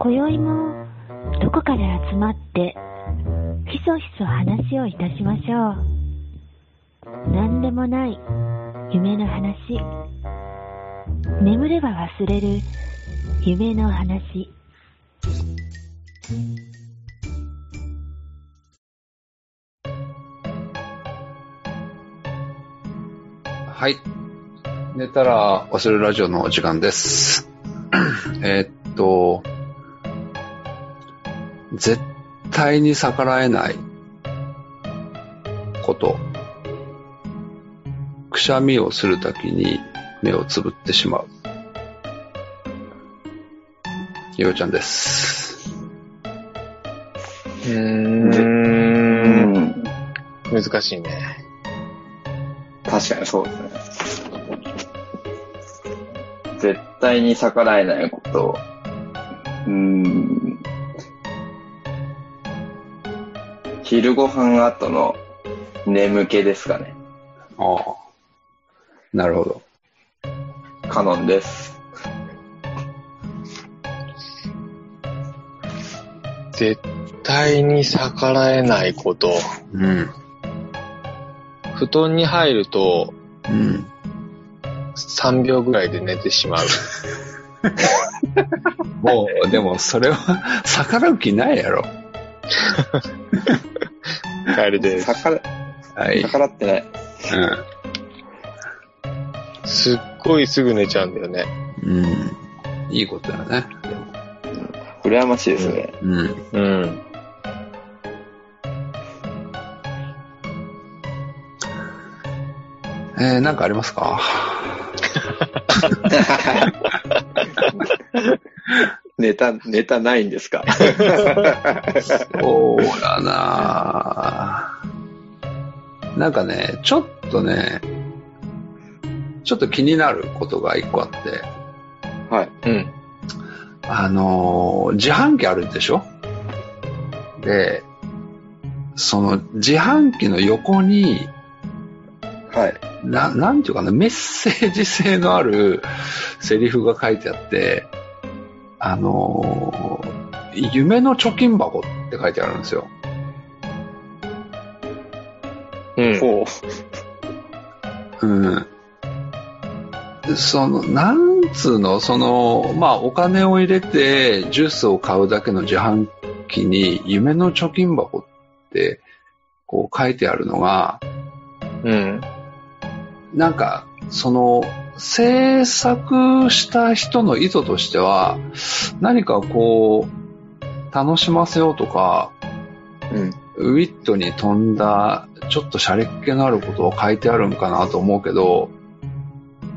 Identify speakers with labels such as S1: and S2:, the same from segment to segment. S1: 今宵もどこかで集まってひそひそ話をいたしましょう何でもない夢の話眠れば忘れる夢の話
S2: はい。寝たら忘れるラジオのお時間です。 えーっと、絶対に逆らえないこと。くしゃみをするときに目をつぶってしまう。ゆうちゃんです。
S3: うーん。難しいね。
S4: 確かにそうですね。絶対に逆らえないこと。うーん。昼ご飯後の眠気ですかね。
S2: ああ。なるほど。
S4: カノンです。
S3: 絶対に逆らえないこと。
S2: うん。
S3: 布団に入ると
S2: うん。
S3: 3秒ぐらいで寝てしまう。
S2: もう、でもそれは 逆らう気ないやろ。
S3: カエルです。
S4: 逆ら
S2: はい。
S4: 逆らってない。
S2: うん。
S3: すっごいすぐ寝ちゃうんだよね。
S2: うん。いいことだね。
S4: 羨ましいですね。
S2: うん。
S3: うん。
S2: えー、なんかありますか
S4: ネタ、ネタないんですか
S2: そうだなぁなんかね、ちょっとね、ちょっと気になることが一個あって、
S4: はい。
S3: うん。
S2: あのー自販機あるでしょで、その自販機の横に、
S4: はい。
S2: な、なんていうかな、メッセージ性のあるセリフが書いてあって、あのー夢の貯金箱って書いてあるんですよ。
S3: うん。
S4: ほ
S2: うん。その、なんつうの、その、まあ、お金を入れてジュースを買うだけの自販機に夢の貯金箱って、こう書いてあるのが、
S3: うん。
S2: なんか、その、制作した人の意図としては、何かこう、楽しませようとか、
S4: う。うん。
S2: ウィットに飛んだ、ちょっと洒落っ気のあることを書いてあるんかなと思うけど、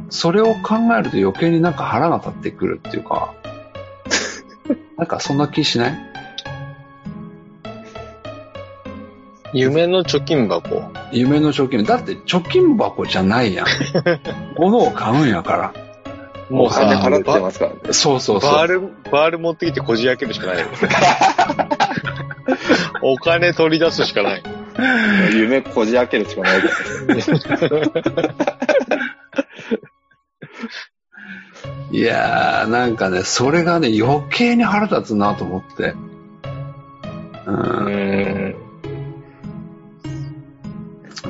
S2: それを考えると余計になんか腹が立ってくるっていう か、なんかそんな気しない
S3: 夢の貯金箱。
S2: 夢の貯金。だって貯金箱じゃない やん。物を買うんやか
S3: もう
S4: お金
S3: さ、
S4: 払って
S3: バ
S4: ますからね。
S2: ら。そうそうそう。
S3: バール、バール持ってきてこじ開けるしか ないよ。お金取り出すしかない。
S4: 夢こじ開けるしかないです。
S2: いやー、なんかね、それがね、余計に腹立つなと思って。うん。
S3: うん。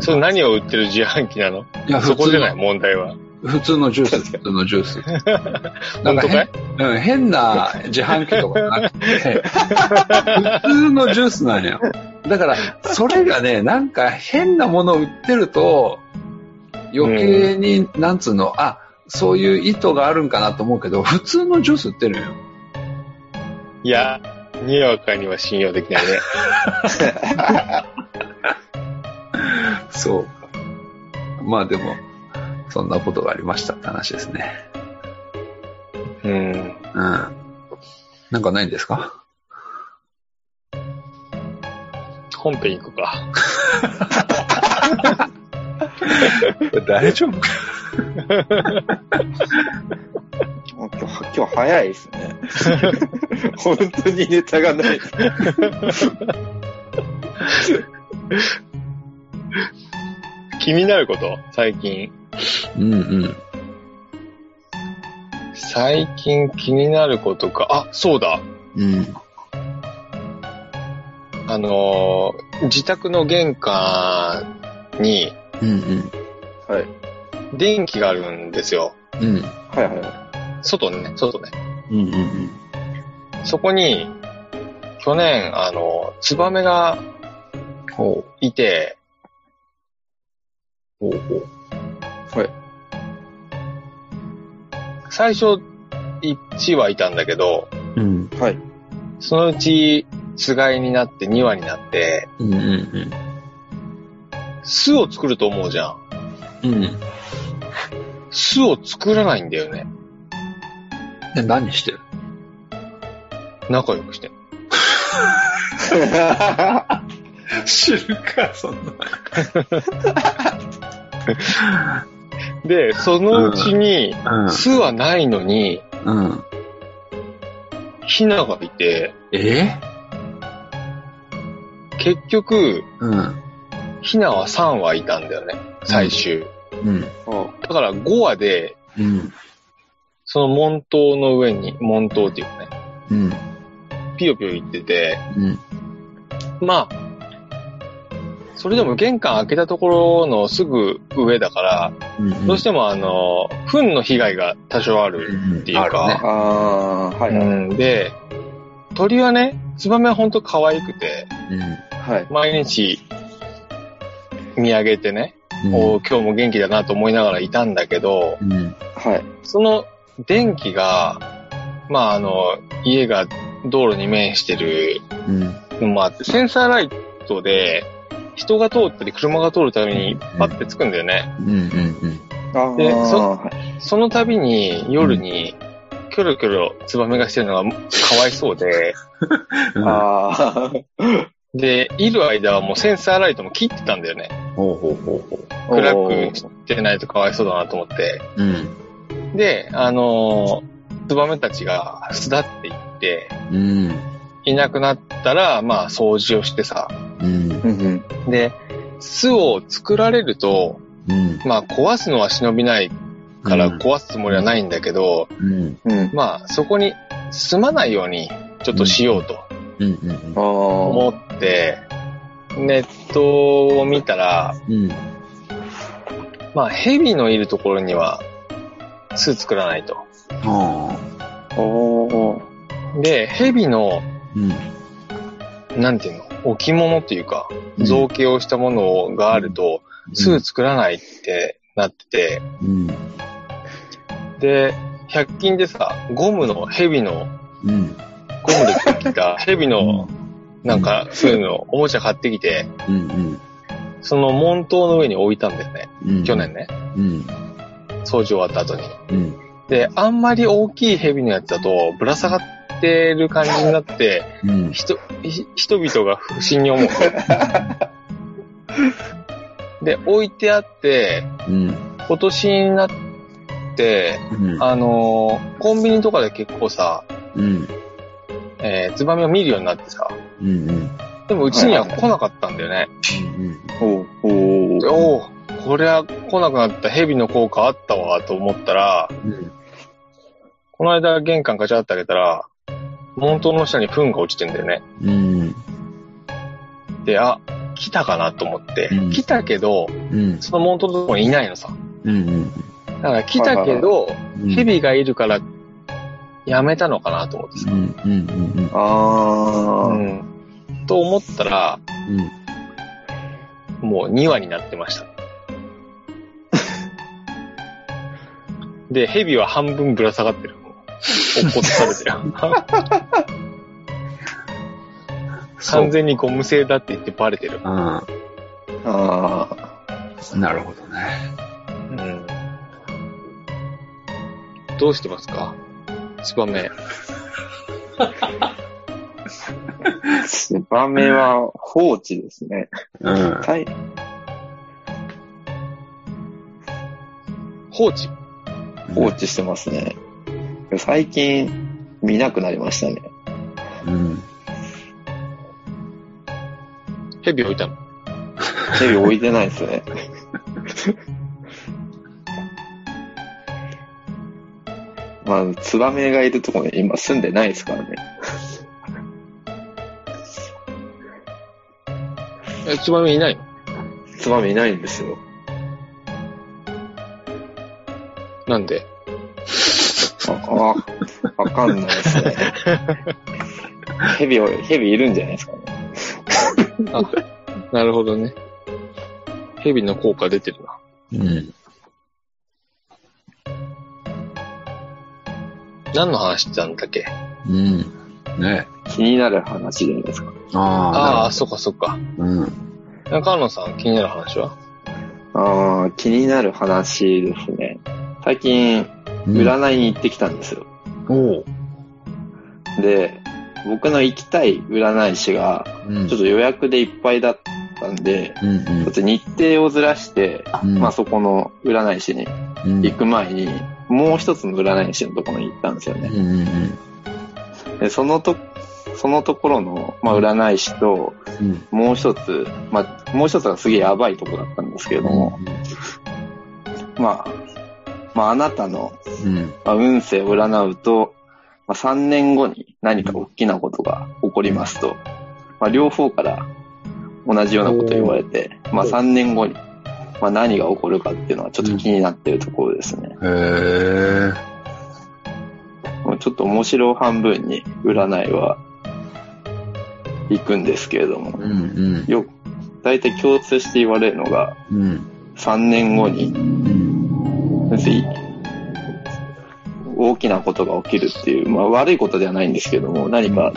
S3: それ何を売ってる自販機なの
S2: いや、
S3: そ
S2: 普
S3: こじ
S2: 通
S3: ゃない、
S2: の、
S3: 問題は。
S2: 普通のジュース、普通のジュース。なん
S3: 本当か
S2: 変
S3: い、
S2: うん、変な自販機とかなくて、 普通のジュースなんよ。だから、それがね、なんか変なものを売ってると、余計に、なんつうの、あ、そういう意図があるんかなと思うけど、普通のジュース売ってるんよ。
S3: いや、にわかには信用できないね。
S2: そうか。まあでも、そんなことがありましたって話ですね。
S3: うん。
S2: うん。なんかないんですか
S3: 本編行くか。
S2: 大丈夫か
S4: 今日、今日早いで すね。本当にネタがない。
S3: 気になること最近。
S2: うんうん。
S3: 最近気になることか。あ、そうだ。
S2: うん。
S3: あのー自宅の玄関に
S2: うん
S4: はい。
S3: 電気があるんですよ。
S2: うん。うん。
S4: はいは
S3: 外ね、外ね。
S2: うんうんうん。
S3: そこに、去年、あの、ツバメが
S2: ほ
S3: いて、
S2: う。ほうほう。
S3: 最初、1羽いたんだけど、
S2: うん。
S4: い。はい。
S3: そのうち、つがいになって2羽になって、
S2: うんうん
S3: 巣を作ると思うじゃん。
S2: うん。うん。
S3: 巣を作らないんだよね。
S2: で、何してる
S3: 仲良くして。
S2: 知るか、そんな。
S3: で、そのうちに、巣はないのに、
S2: うん。うん。
S3: ヒナがいて、
S2: え
S3: 結局、
S2: うん。
S3: ヒナは3羽いたんだよね。最終。
S2: うん。
S4: あ
S3: だから5羽で、
S2: うん。
S3: その門頭の上に、門頭っていうかね、
S2: うん。
S3: ピヨピヨ行ってて、
S2: うん。
S3: まあ、それでも玄関開けたところのすぐ上だから、
S2: うん。
S3: どうしてもあの、糞の被害が多少あるっていうか、
S4: あー、は
S3: う
S4: い。
S3: ん、で、鳥はね、ツバメはほんと可愛くて、
S4: はい。
S3: 毎日見上げてね、
S2: うん。
S3: おー今日も元気だなと思いながらいたんだけど、
S2: うん。
S4: はい。
S3: その電気が、まああの、家が道路に面してる
S2: うん。
S3: のもあって、センサーライトで、人が通ったり車が通るためにパッてつくんだよね。
S2: うん。うん。
S4: あー、
S3: でそ
S4: はい
S3: その度に夜に、キョロキョロツバメがしてるのがかわいそうで、
S2: うん。
S4: あー。
S3: で、いる間はもうセンサーライトも切ってたんだよね。
S2: ほうほうほうほ
S3: 暗くしてないとかわいそうだなと思って。
S2: う。うん。
S3: で、あのーツバメたちが巣立っていって、
S2: うん。
S3: いなくなったら、まあ掃除をしてさ。
S2: うん。
S4: うんうん。
S3: で、巣を作られると、
S2: うん。
S3: まあ壊すのは忍びないから壊すつもりはないんだけど、
S2: うん。
S4: うん。
S3: まあそこに住まないようにちょっとしようと
S2: うん。うん
S4: あ。ー。
S3: 思って、ネットを見たら、
S2: うん。
S3: まあ蛇のいるところには巣作らないと。
S2: は
S4: おー。
S3: で、蛇
S2: あ。
S3: の、
S2: うん。
S3: なんていうの、置物というか、造形をしたものがあると、巣作らないってなってて、
S2: うん。
S3: で、100均でさ、ゴムの蛇の、
S2: うん。
S3: ゴムで 作った蛇の、なんか、そういうの、おもちゃ買ってきて、
S2: うん。
S3: その門頭の上に置いたんだよね。
S2: うん。
S3: 去年。ね。
S2: うん。
S3: 掃除終わった後に。
S2: うん。
S3: で、あんまり大きい蛇のやつだと、ぶら下がってる感じになって、
S2: うん。
S3: 人、ひ人々が不審に思う。で、置いてあって、
S2: うん。
S3: 今年になって、
S2: うん。
S3: あのーコンビニとかで結構さ、
S2: うん。
S3: えーツバメを見るようになってさ、
S2: うん。うん。
S3: でもうちには来なかったんだよね。
S4: おー。お
S3: で
S4: ー。
S3: おお、こりゃ来なくなった蛇の効果あったわと思ったら、
S2: うん。
S3: この間玄関ガチャって開けたら、門頭の下に糞が落ちてんだよね。
S2: うん。
S3: で、あ、来たかなと思って、
S2: うん
S3: 来たけど、
S2: うん。
S3: その門頭のとこにいないのさ。
S2: うん。
S3: だから来たけど、蛇がいるから、やめたのかなと思ってさ。
S2: うん。うん。うん。
S4: あ
S3: う
S4: ー。
S3: ん。と思ったら、
S2: うん。
S3: もう2羽になってま した。で、蛇は半分ぶら下がってる。落っこされて る。完全にゴム製だって言ってバレてる。
S2: あ
S4: あ
S2: あ、なるほどね。
S3: うん、どうしてますかツバメ。
S4: ー。ツバメは放置ですね。
S2: うん。
S4: はい。
S3: 放置。
S4: 放置してますね。最近見なくなりましたね。
S2: うん。
S3: 蛇置いたの。
S4: テレビ置いてないですね。まあ、ツバメがいるところに今住んでないですからね。
S3: え、つまみいないの
S4: つまみいないんですよ。
S3: なんで
S4: あ、あ、わかんないですね。ヘビを、ヘビいるんじゃないですかね。
S3: なるほどね。蛇の効果出てるな。
S2: うん。
S3: 何の話してたんだっけ
S2: うん。ね
S4: 気になる話じゃないですか。
S3: あ
S2: ああ
S3: あ、そっかそっか。
S2: ー、うん。
S3: 中野さん気になる話は
S4: ああ、気になる話ですね。最近、
S2: 裏
S4: 占いに行ってきたんですよ。
S2: おう。
S4: で、僕の行きたい占い師が、
S2: うん
S4: ちょっと予約でいっぱいだったんで、
S2: うん
S4: ちょっと日程をずらして、
S2: うん
S4: まあそこの占い師に
S2: うん。
S4: 行く前に、もう一つの占い師のところに行ったんですよ
S2: うん
S4: ね。
S2: うん
S4: で、そのと、そのところの、まあ占い師と、
S2: うん。うん
S4: もう一つ、まあ、もう一つがすげえやばいとこだったんですけれども、まあ、まああなたの、
S2: うん。
S4: まあ、運勢を占うと、まあ、3年後に何か大きなことが起こりますと、まあ、両方から同じようなこと言われて、まあ、3年後に、まあ、何が起こるかっていうのはちょっと気になってるところですね。
S2: へえ。
S4: もうちょっと面白半分に占いは行くんですけれども、
S2: うんうん。
S4: よ、大体共通して言われるのが、
S2: うん。
S4: 3年後に
S2: うん。
S4: 別に大きなことが起きるっていう、まあ、悪いことではないんですけども何か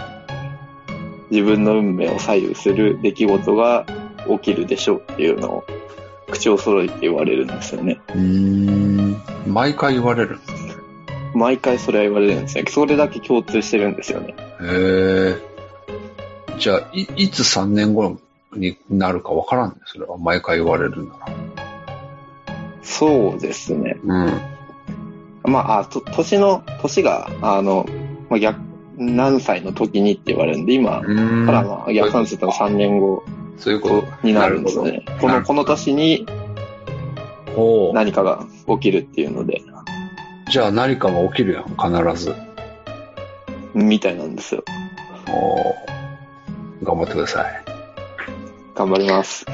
S4: 自分の運命を左右する出来事が起きるでしょうっていうのを口を揃えて言われるんですよね
S2: うーん。毎回言われる。
S4: 毎回それは言われるんですねそれだけ共通してるんですよね
S2: へえ。じゃあ、い、いつ3年後になるかわからんね。それは毎回言われるな
S4: そうですね
S2: ら。
S4: まああと年の年があの、まあ、逆何歳の時にって言われるんで今
S2: うん。
S4: からまあ逆算すると3年後
S2: そういうこと
S4: になるんですよねこのこの年に
S2: ほう。
S4: 何かが起きるっていうので、
S2: じゃあ何かが起きるやん、必ず。
S4: みたいなんですよ。
S2: おー頑張ってください。
S4: 頑張り ます。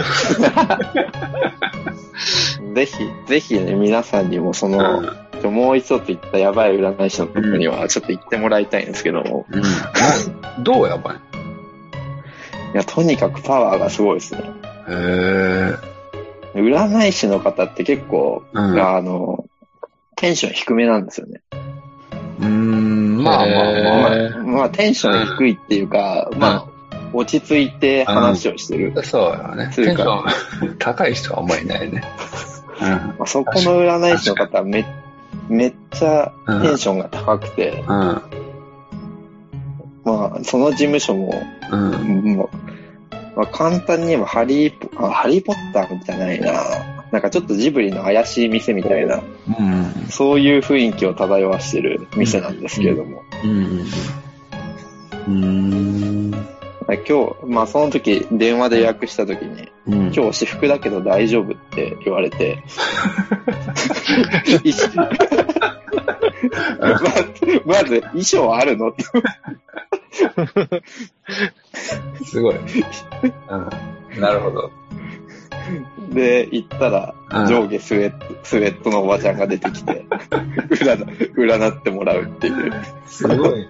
S4: ぜひ、ぜひね、皆さんにもその、もう一つ言ったやばい占い師のとこには、ちょっと行ってもらいたいんですけども、
S2: うん。などうやばい
S4: いや、とにかくパワーがすごいですね。
S2: へえ。
S4: 占い師の方って結構、
S2: うん。う
S4: あの、テンション低めなんですよね。
S2: ーん、まあまあまあ。
S3: へー
S4: まあ、テンション低いっていうか、まあ、落ち着いて話をしてる。
S2: そうだね。
S4: そ
S2: テ
S4: うい
S2: ン
S4: う
S2: シ
S4: か
S2: ョン高い人はあんまりいないね。
S4: まあ、そこの占い師の方はめ、めっちゃテンションが高くて、
S2: うん。
S4: まあ、その事務所も、
S2: うん。うん。
S4: もう、まあ、簡単に言えばハリーポ、あ、ハリーポッターじゃないな。なんかちょっとジブリの怪しい店みたいな、
S2: うん。
S4: そういう雰囲気を漂わしてる店なんですけれども。
S2: うん。うん。
S4: 今日、まあその時、電話で予約した時に、
S2: うん。
S4: 今日私服だけど大丈夫って言われて、 一 瞬ままず、衣装あるのって
S2: すごい。うん。 なるほど。
S4: で、行ったら、
S2: うん
S4: 上下スウェット、スウェットのおばちゃんが出てきて、 占、占ってもらうっていう。
S2: すごい。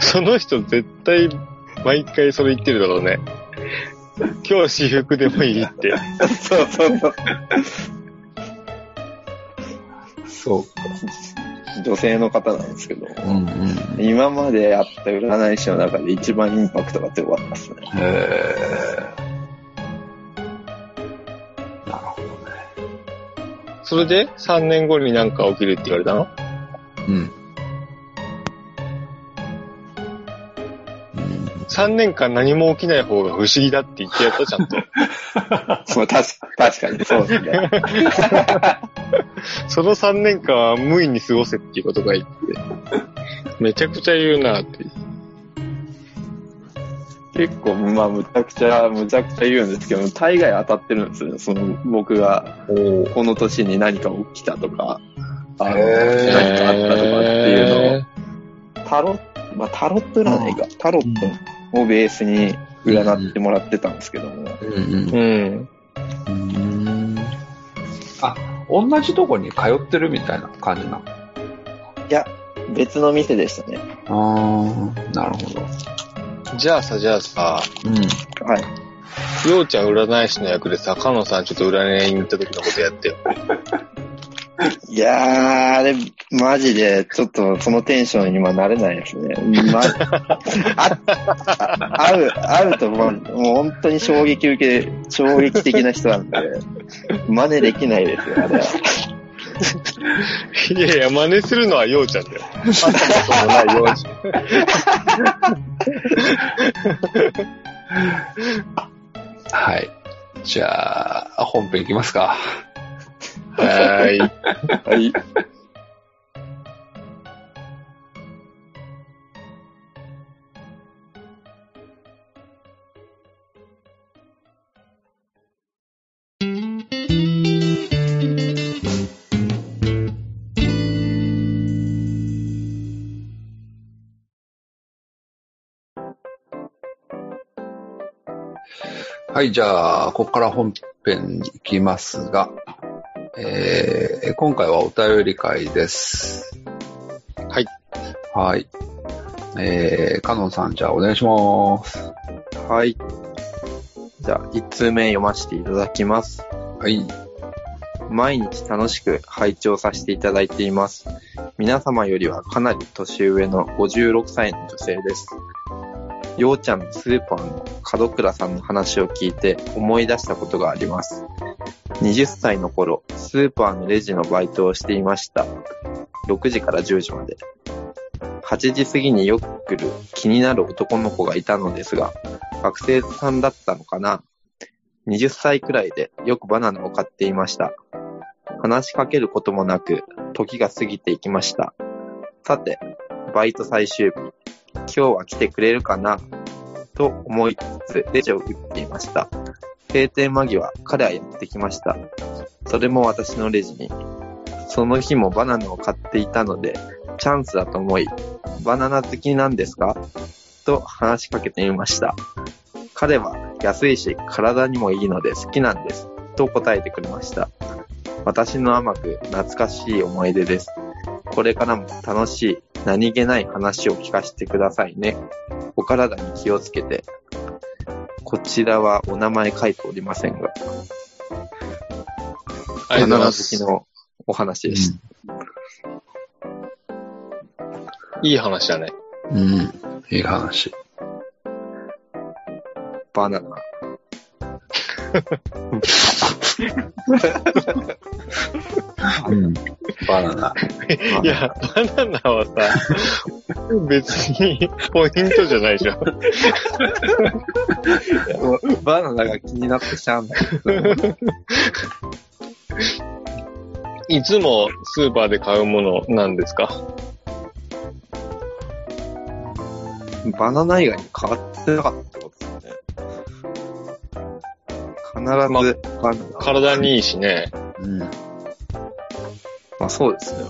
S3: その人絶対毎回それ言ってるだろうね。今日私服でもいいって。
S4: そうそうそう。
S2: そうか。
S4: 女性の方なんですけど、
S2: うんうん。
S4: 今まであった占い師の中で一番インパクトが強かったですね。
S2: へえ。なるほどね。
S3: それで3年後になんか起きるって言われたの
S2: うん。
S3: 3年間何も起きない方が不思議だって言ってやったちゃんと。
S4: そう、確か確かに、そうですね。
S3: その3年間は無意に過ごせっていうことが言って、めちゃくちゃ言うなって。
S4: 結構、まあ、むちゃくちゃ、むちゃくちゃ言うんですけど、大概当たってるんですよね。その、僕が、
S2: お
S4: この年に何か起きたとか、あの、
S2: へー
S4: 何かあったとかっていうのを、タロット、まあ、タロット占いか、タロットをベースに占ってもらってたんですけども、
S2: うんうん
S3: うん。
S2: うん。あ、同じとこに通ってるみたいな感じなの。
S4: いや、別の店でしたね。
S2: ああ、なるほど。
S3: じゃあさ、じゃあさ、
S2: う
S4: はい。
S3: ようちゃん占い師の役でさ、かのさんちょっと占いに行った時のことやってよ。
S4: いやー、あれ、マジで、ちょっとそのテンションには慣れないですね。ま、あ、あ会う、会うと、ま、もう本当に衝撃受け、衝撃的な人なんで、真似できないですよ、あれは。
S3: いやいや、真似するのはようちゃんだよ。会ったこともないようちゃん。
S2: ん。はい。じゃあ、本編いきますか。
S3: はーい。
S4: はい。
S2: はい、じゃあ、ここから本編に行きますが、えー、今回はお便り会です。
S3: はい。
S2: はい。えー、カノンさん、じゃあお願いします。
S4: はい。じゃあ、1通目読ませていただきます。
S2: はい。
S4: 毎日楽しく拝聴させていただいています。皆様よりはかなり年上の56歳の女性です。ようちゃんのスーパーの門倉さんの話を聞いて思い出したことがあります。20歳の頃、スーパーのレジのバイトをしていました。6時から10時まで。8時過ぎによく来る気になる男の子がいたのですが、学生さんだったのかな ?20 歳くらいでよくバナナを買っていました。話しかけることもなく、時が過ぎていきました。さて、バイト最終日、今日は来てくれるかなと思いつつ、レジを打っていました。閉店間際、彼はやってきました。それも私のレジに。その日もバナナを買っていたので、チャンスだと思い、バナナ好きなんですかと話しかけてみました。彼は安いし体にもいいので好きなんです。と答えてくれました。私の甘く懐かしい思い出です。これからも楽しい、何気ない話を聞かせてくださいね。お体に気をつけて。こちらはお名前書いておりませんが、
S3: ありがとうございま
S4: 好き
S3: す。
S4: のお話でした。
S3: いい話だね。
S2: うん。いい話。
S4: バナナ。
S2: うん。バナナ。
S4: ナ
S3: いや、バナナはさ、別にポイントじゃないじゃん。
S4: バナナが気になってしゃあない。
S3: いつもスーパーで買うものなんですか
S4: バナナ以外に変わってなかったってことですね。必ずバナナ。
S3: 体にいいしね。
S2: うん。
S4: まあそうですよね。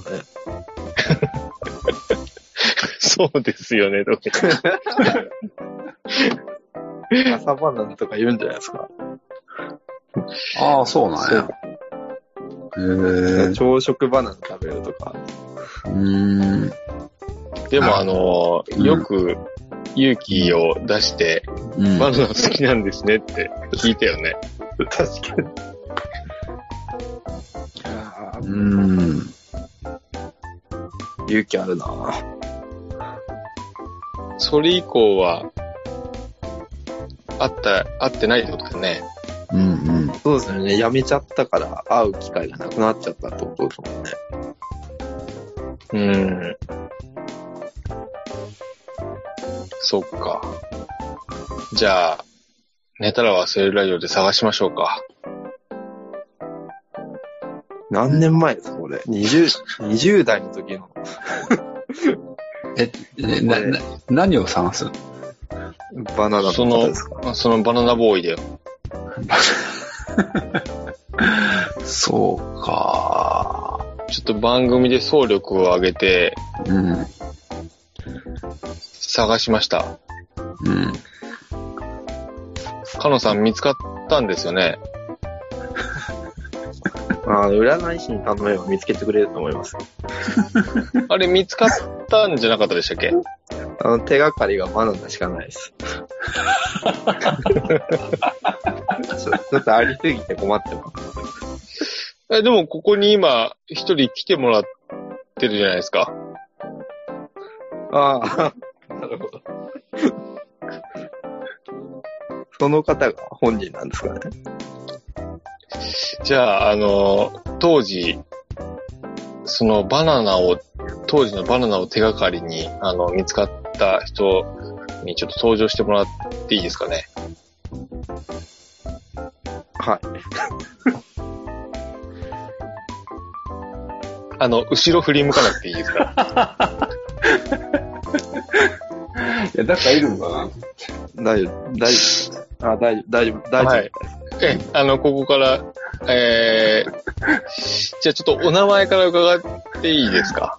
S3: そうですよ ね、とか。
S4: 朝バナナとか言うんじゃないですか。
S2: ああ、そうなんや。へえー。
S4: 朝食バナナ食べるとか。
S2: うーん。
S3: でもあの
S2: う
S3: ー、
S2: ん
S3: よく勇気を出して、
S2: うん
S3: バナナ好きなんですねって聞いたよね。
S4: 確かに。
S2: うん。
S4: 勇気あるなぁ
S3: それ以降は、あった、あってないってことだよね。
S2: うんうん。
S4: そうですよね。やめちゃったから会う機会がなくなっちゃったってことですもんね。
S3: うん。そっか。じゃあ、寝たら忘れるラジオで探しましょうか。
S4: 何年前ですか、これ。20、20代の時の
S2: えなな何を探すの
S4: バナナの
S3: そ
S4: こと
S3: の
S4: ですか。、
S3: そのバナナボーイだよ。
S2: そうか。
S3: ちょっと番組で総力を挙げて
S2: うん。うん。
S3: 探しました。かのさん見つかったんですよね。
S4: あの占い師に頼めば見つけてくれると思います。
S3: あれ見つかったんじゃなかったでしたっけ
S4: あの、手がかりがバナナしかないです。ちょ ちょっとありすぎて困ってます。
S3: え、でもここに今一人来てもらってるじゃないですか。
S4: ああ、なるほど。その方が本人なんですかね。
S3: じゃあ、あの、当時、そのバナナを、当時のバナナを手がかりに、あの、見つかった人にちょっと登場してもらっていいですかね。
S4: はい。
S3: あの、後ろ振り向かなくていいですから。
S2: いや、だからいるのかな
S4: 大丈夫、大丈夫。あ、大丈夫、大丈夫、 大丈夫。
S3: はい。え、あの、ここから、えー、じゃあちょっとお名前から伺っていいですか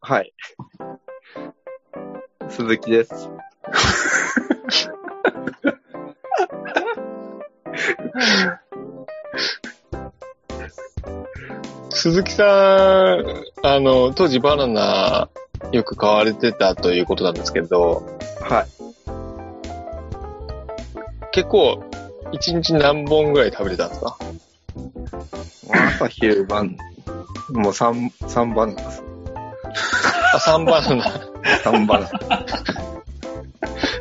S4: はい。鈴木です。
S3: 鈴木さん、あの、当時バナナよく買われてたということなんですけど、
S4: はい。
S3: 結構、一日何本ぐらい食べてたんですか
S4: 朝昼晩、もう三、三番なんです。
S3: あ、3バナナ、
S4: 三番なんで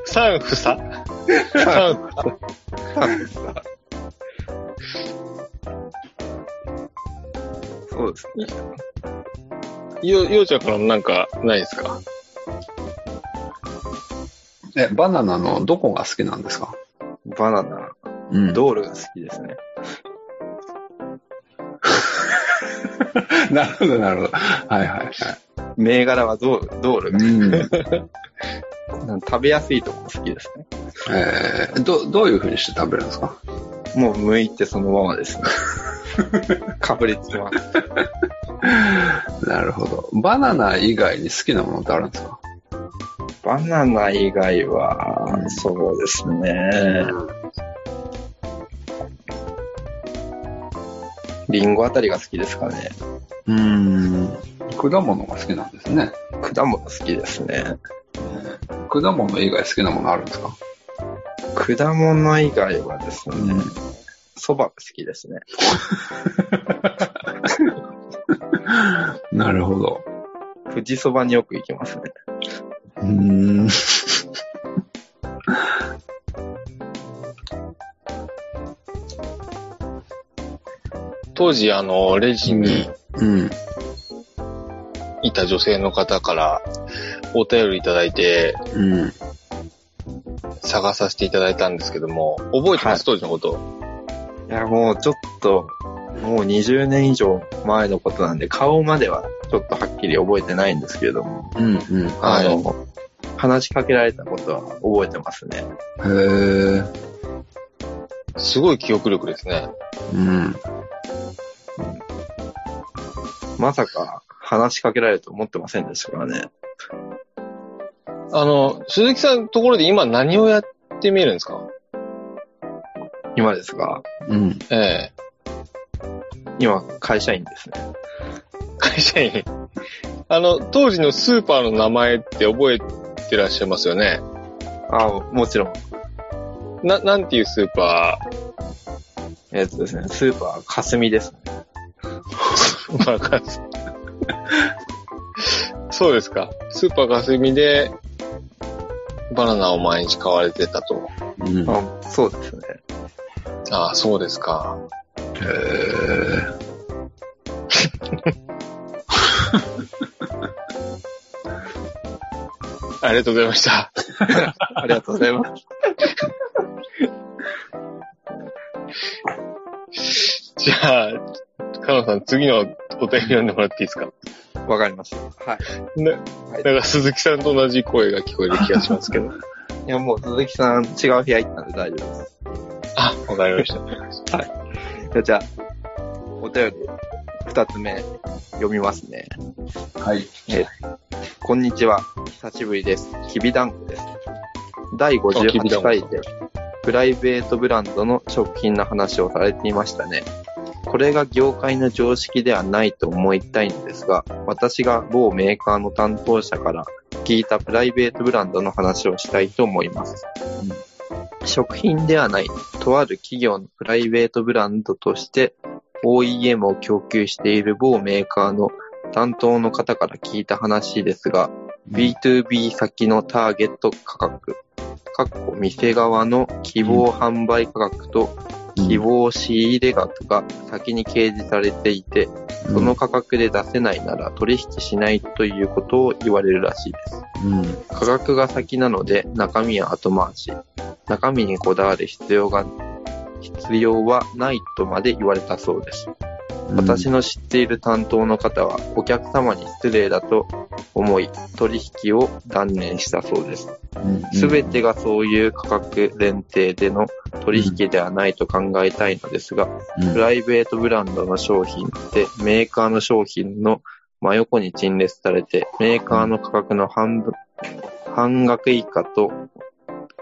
S3: 3房 ?3
S4: す。そうですね。
S3: よ、ようちゃんからもなんかないですか
S2: え、バナナのどこが好きなんですか
S4: バナナ、
S2: うん
S4: ドールが好きですね。
S2: なるほど、なるほど。はいはいはい。
S4: 銘柄はドール、ドール。
S2: うん。
S4: 食べやすいとこも好きですね。
S2: えー、ど、どういう風にして食べるんですか
S4: もう剥いてそのまま ですね。かぶりつきます。
S2: なるほど。バナナ以外に好きなものってあるんですか
S4: バナナ以外は、そうですね。リンゴあたりが好きですかね。
S2: うん。果物が好きなんですね。
S4: 果物好きですね。
S2: 果物以外好きなものあるんですか
S4: 果物以外はですね、
S2: うん
S4: 蕎麦が好きですね。
S2: なるほど。
S4: 富士蕎麦によく行きますね。
S2: うん。
S3: 当時、あの、レジに
S2: うん。
S3: いた女性の方からお便りいただいて
S2: うん。
S3: 探させていただいたんですけども、覚えてます、
S4: は
S3: 当
S4: い
S3: 時のこと。
S4: いや、もうちょっと、もう20年以上前のことなんで、顔まではちょっとはっきり覚えてないんですけれども、
S2: うん。うん。
S3: は
S4: あ
S3: い
S4: の、話しかけられたことは覚えてますね。
S2: へえ。
S3: すごい記憶力ですね。
S2: うん。
S4: まさか話しかけられると思ってませんでしたからね。
S3: あの、鈴木さんのところで今何をやってみえるんですか
S4: 今ですが、
S2: うん。
S3: ええ
S4: 今、会社員ですね。
S3: 会社員。あの、当時のスーパーの名前って覚えてらっしゃいますよね。
S4: あもちろん、
S3: な、なんていうスーパ
S4: えっとですね、スーパー、霞ですね。
S3: ー、わかんない そうですか。スーパー霞で、バナナを毎日買われてたと。
S2: うん。へ
S4: あそうですね。
S3: ああ、そうですか。
S2: え。
S3: ありがとうございました。
S4: ありがとうございます。
S3: じゃあ、カノさん、次のお便り読んでもらっていいですか
S4: わかりました。はい。
S3: ななんか鈴木さんと同じ声が聞こえる気がしますけど。
S4: いや、もう鈴木さん、違う部屋行ったんで大丈夫です。
S3: あ、わかりました。
S4: じゃあ、お便り、二つ目、読みますね。
S2: はい。
S4: こんにちは。久しぶりです。きびだんごです。第58回
S3: あ聞い
S4: で、プライベートブランドの食品の話をされていましたね。これが業界の常識ではないと思いたいのですが、私が某メーカーの担当者から聞いたプライベートブランドの話をしたいと思います。食品ではない、とある企業のプライベートブランドとして OEM を供給している某メーカーの担当の方から聞いた話ですが、B2B 先のターゲット価格、かっこ店側の希望販売価格と希望仕入れ額が先に掲示されていて、その価格で出せないなら取引しないということを言われるらしいです。
S2: うん、
S4: 価格が先なので中身は後回し。中身にこだわる必要が、必要はないとまで言われたそうです。私の知っている担当の方はお客様に失礼だと思い取引を断念したそうです。すべてがそういう価格前提での取引ではないと考えたいのですが、プライベートブランドの商品ってメーカーの商品の真横に陳列されて、メーカーの価格の半分、半額以下と、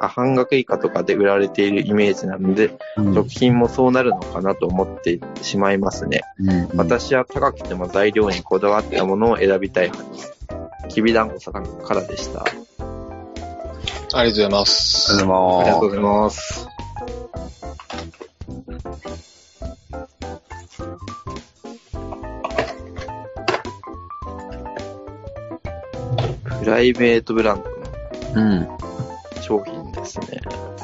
S4: あ半額以下とかで売られているイメージなので、食品もそうなるのかなと思ってしまいますね。私は高くても材料にこだわったものを選びたい派です。きびだんごさんからでした。
S3: ありがとうございます。
S2: でも、
S4: ありがとうございます。プライベートブランドの
S2: うん、
S4: 商品ですね。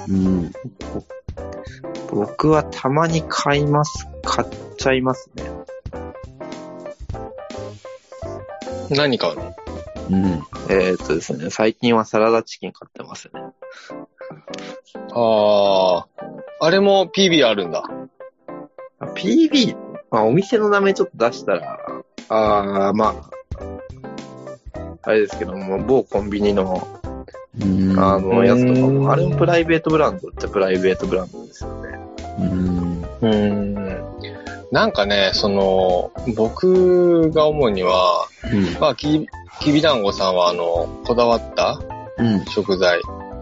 S2: うん、
S4: 僕はたまに買います。買っちゃいますね。
S3: 何買うの
S2: うん。
S4: えー、っとですね、最近はサラダチキン買ってますね。
S3: ああ、あれも PB あるんだ。
S4: あ PB、まあお店の名前ちょっと出したら、あー、まあ、あれですけども、某コンビニの
S2: うん
S4: あの、やつとか
S3: う
S4: も。
S3: ん
S4: あれもプライベートブランドってプライベートブランドですよね。
S2: うん、
S3: うん。なんかね、その、僕が思うには、
S2: うん、
S3: まあ、ききびだんごさんは、あの、こだわった
S2: うん、
S3: 食材、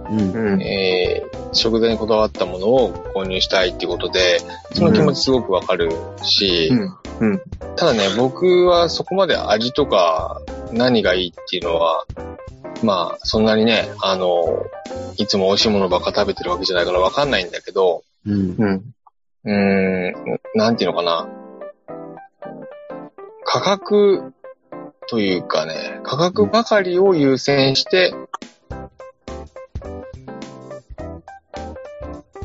S2: うん、
S4: うん。
S3: えー食材にこだわったものを購入したいっていうことで、その気持ちすごくわかるし、
S4: うん。
S3: ただね、僕はそこまで味とか何がいいっていうのは、まあ、そんなにね、あの、いつも美味しいものばっか食べてるわけじゃないからわかんないんだけど、
S2: うん、
S4: うん。
S3: うーん、なんていうのかな。価格というかね、価格ばかりを優先して、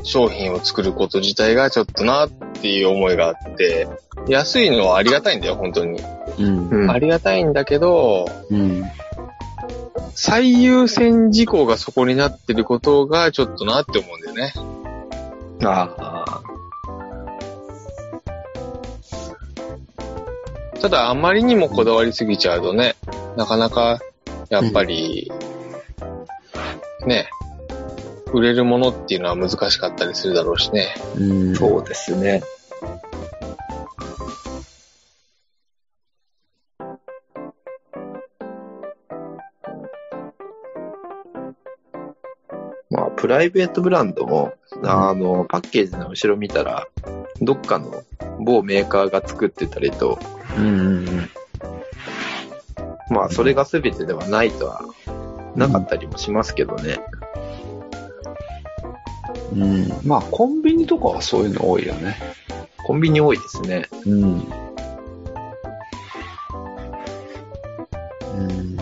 S3: 商品を作ること自体がちょっとなっていう思いがあって、安いのはありがたいんだよ、本当に。
S2: うん、
S4: うん。
S3: ありがたいんだけど、
S2: うん。
S3: 最優先事項がそこになってることがちょっとなって思うんだよね。
S4: あ
S3: ただ、あまりにもこだわりすぎちゃうとね、なかなか、やっぱり、ね、売れるものっていうのは難しかったりするだろうしね。
S2: うん
S4: あ、そうですね。まあ、プライベートブランドも、あの、パッケージの後ろ見たら、どっかの某メーカーが作ってたりと、
S2: うん、うん、
S4: まあ、それが全てではないとは、なかったりもしますけどね。
S2: うん。まあ、コンビニとかはそういうの多いよね。
S4: コンビニ多いですね。
S2: うん。うん。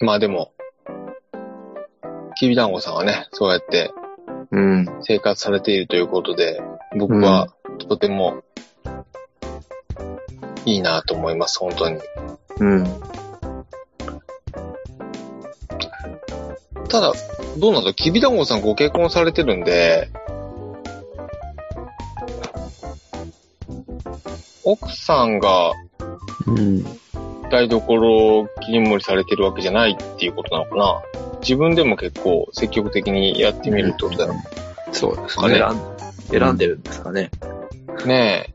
S3: まあでも、きびだんごさんはね、そうやって
S4: うん。
S3: 生活されているということで、僕はとてもいいなと思います、本当に。
S4: うん。
S3: ただ、どうなんだろうきびだんごさんご結婚されてるんで、奥さんが
S2: うん。
S3: 台所を切り盛りされてるわけじゃないっていうことなのかな自分でも結構積極的にやってみるってことだよ
S2: そうです
S4: あれ
S2: ね
S4: 選。ん選んでるんですかね。
S3: ねえ。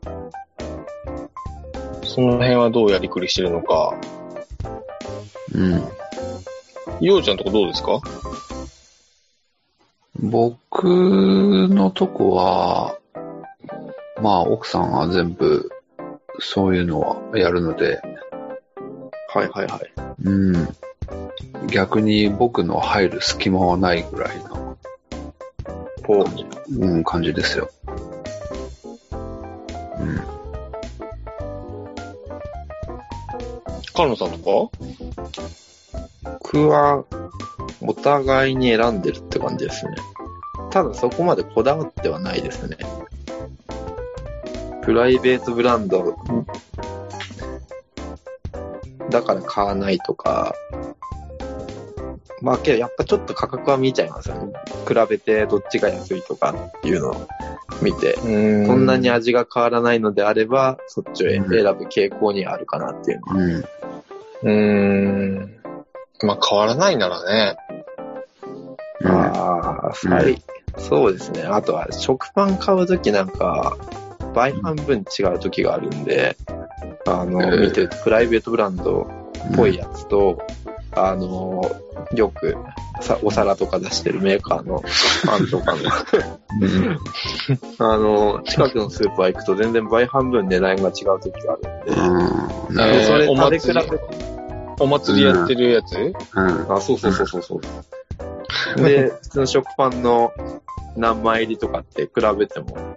S3: その辺はどうやりくりしてるのか。
S2: うん。
S3: ようちゃんとこどうですか
S2: 僕のとこは、まあ奥さんは全部そういうのはやるので、
S4: はいはいはい。
S2: うん。逆に僕の入る隙間はないぐらいの、
S3: こ
S2: うん、感じですよ。うん。
S3: う、カノさんとか
S4: 僕は、お互いに選んでるって感じですね。ただそこまでこだわってはないですね。プライベートブランドだから買わないとか、まあけどやっぱちょっと価格は見ちゃいますよね。比べてどっちが安いとかっていうのを見て、
S3: うん
S4: そんなに味が変わらないのであれば、そっちを選ぶ傾向にあるかなっていうのは
S2: うん。
S3: うん。まあ変わらないならね。
S2: うん
S4: ああ、はい、そうですね。あとは、食パン買うときなんか、倍半分違うときがあるんで、あの、
S2: ええ
S4: 見てるとプライベートブランドっぽい。やつと、あの、よく、さお皿とか出してるメーカーのパンとかの、
S2: うん。
S4: あの、近くのスーパー行くと全然倍半分値段が違うときがあるんで、
S2: うん。な
S3: え
S2: る
S3: ー
S4: それ
S3: お
S4: 食べ
S3: 祭り
S4: 比べ
S3: お祭りやってるやつ、
S2: ほど。うん。
S4: あ、そうそうそうそうそう。 で、普通の食パンの何枚入りとかって比べても、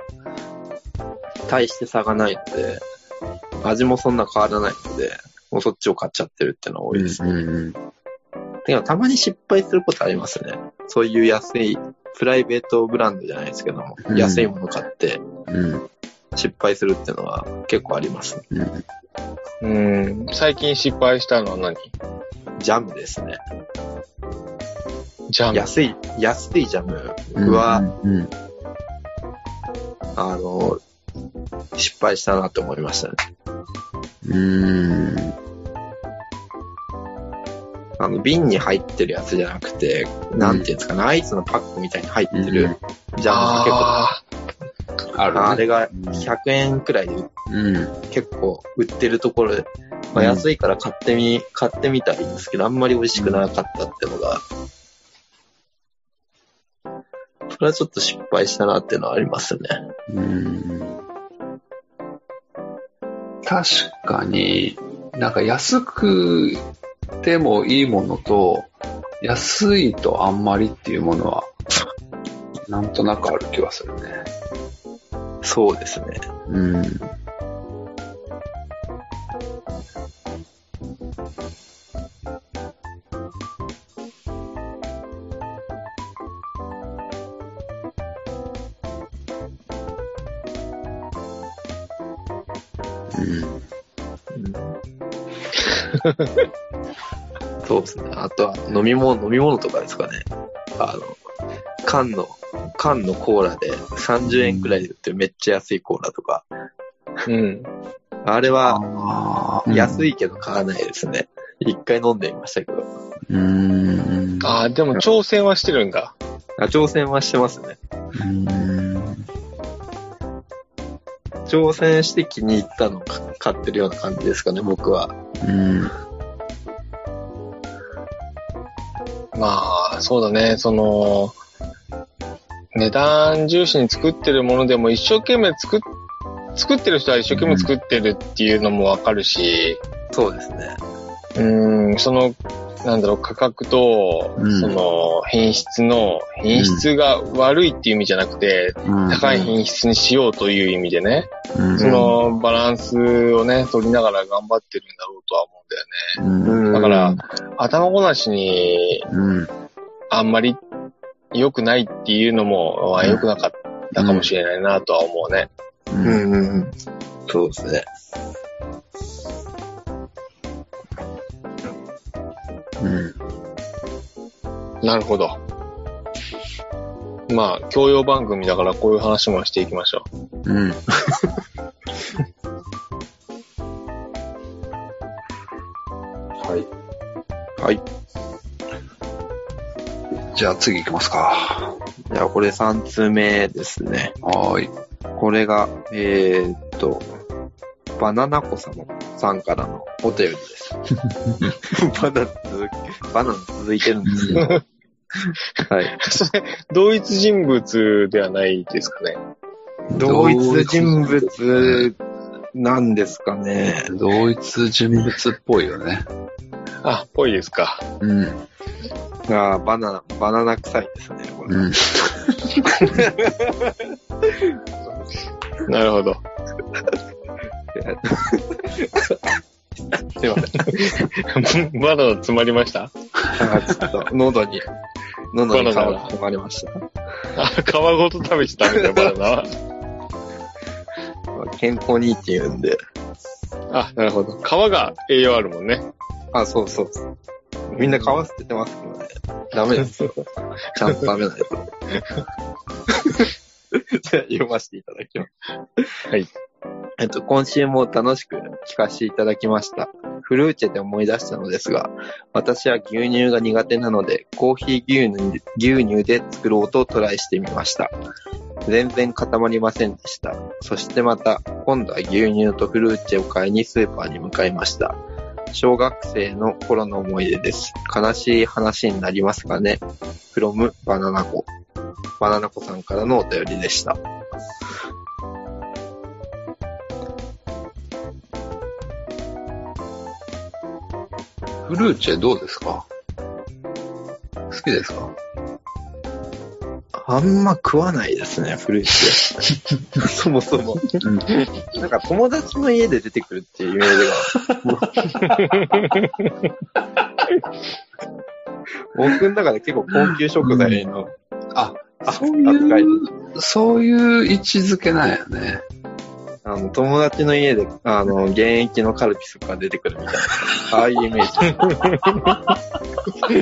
S4: 大して差がないので、味もそんな変わらないので、もうそっちを買っちゃってるってのは多いですね。
S2: うん。
S4: でもたまに失敗することありますね。そういう安い、プライベートブランドじゃないですけども、
S2: うん
S4: 安いもの買って
S2: うん。
S4: 失敗するってのは結構ありますね。
S2: うん。
S3: うん。最近失敗したのは何
S4: ジャムですね。
S3: ジャム。
S4: 安い、安いジャム
S2: うん。
S4: は、
S2: うん。
S4: あの、失敗したなって思いましたね。
S2: うん。
S4: あの、瓶に入ってるやつじゃなくて、なんていうんですかね、アイスのパックみたいに入ってるジャムが結構、
S3: あ
S2: ある
S4: あれが
S2: うん
S4: 100円くらいで
S2: うん。
S4: 結構売ってるところで、まあ、
S2: うん
S4: 安いから買ってみ、買ってみたらいいんですけど、あんまり美味しくなかったってのが、それはちょっと失敗したなっていうのはありますね。
S2: うん。確かに、なんか安くてもいいものと、安いとあんまりっていうものは、なんとなくある気はするね。
S4: そうですね。
S2: うん。うん
S4: そうですね。あとは飲み物、飲み物とかですかね。あの、缶の、缶のコーラで30円くらいで売ってるめっちゃ安いコーラとか。
S3: ーうん。
S4: あれは
S2: あー
S4: 安いけど買わないですね。一回飲んでみましたけど。
S2: うん。
S3: ああ、でも挑戦はしてるんだ。
S4: あ挑戦はしてますね。
S2: うん。
S4: 挑戦して気に入ったのを買買ってるような感じですかね、僕は。
S2: うん。
S3: まあ、そうだね、その、値段重視に作ってるものでも一生懸命作っ、作ってる人は一生懸命作ってるっていうのもわかるし、
S4: そうですね。
S3: うん、その、なんだろう、価格と、
S2: うん
S3: その、品質の、品質が悪いっていう意味じゃなくて、
S2: うん
S3: 高い品質にしようという意味でね、
S2: うん
S3: そのバランスをね、取りながら頑張ってるんだろうとは思うんだよ
S2: う
S3: ね。
S2: ん。
S3: だから、頭ごなしに
S2: うん。
S3: あんまり良くないっていうのも、まあ
S2: うん
S3: 良くなかったかもしれないなとは思うね。
S4: う
S2: うん。
S4: んうんうん。そうですね。
S2: うん。
S3: なるほど。まあ、教養番組だからこういう話もしていきましょう。
S2: うん。はい。
S4: はい。
S2: じゃあ次行きますか。
S4: じゃあこれ3通目ですね。
S2: はーい。
S4: これが、えーっと、バナナ子様さんからのお便り です。バナナ続き、バナナ続いてるんですけど。はい。
S3: それ、同一人物ではないですかね。
S4: 同一人物なんですかね。
S2: 同一人物っぽいよね。
S3: あ、ぽいですか。
S2: うん。
S4: あーバナナ、バナナ臭いですね、これ。
S2: うん。
S3: なるほど。 では、バナナ詰まりました
S4: なんかちょっと喉に、喉に
S3: バナナ
S4: 顔
S3: が
S4: が止まりました。
S3: あ、皮ごと食べちゃダメだよ、バナナは。
S4: 健康にいいって言うんで。
S3: あ、なるほど。皮が栄養あるもんね。
S4: あ、そうそうそう。みんな皮捨ててますけどね。ダメですよ。ちゃんと食べないと。 じゃあ読ませていただきます。
S3: はい。
S4: えっと、今週も楽しく聞かせていただきました。フルーチェで思い出したのですが、私は牛乳が苦手なので、コーヒー牛乳牛乳で作ろうとトライしてみました。全然固まりませんでした。そしてまた、今度は牛乳とフルーチェを買いにスーパーに向かいました。小学生の頃の思い出です。悲しい話になりますがね。from バナナ子。バナナ子さんからのお便りでした。
S2: フルーチェどうですか好きですか
S4: あんま食わないですね、古いって。 そもそも。なんか友達の家で出てくるっていうイメージ が。もう僕の中で結構高級食材の
S2: あ、そう
S4: 扱い
S2: いう、そういう位置づけなんやね。
S4: あの、友達の家で、あの、現役のカルピスが出てくるみたいな、ああいうイメー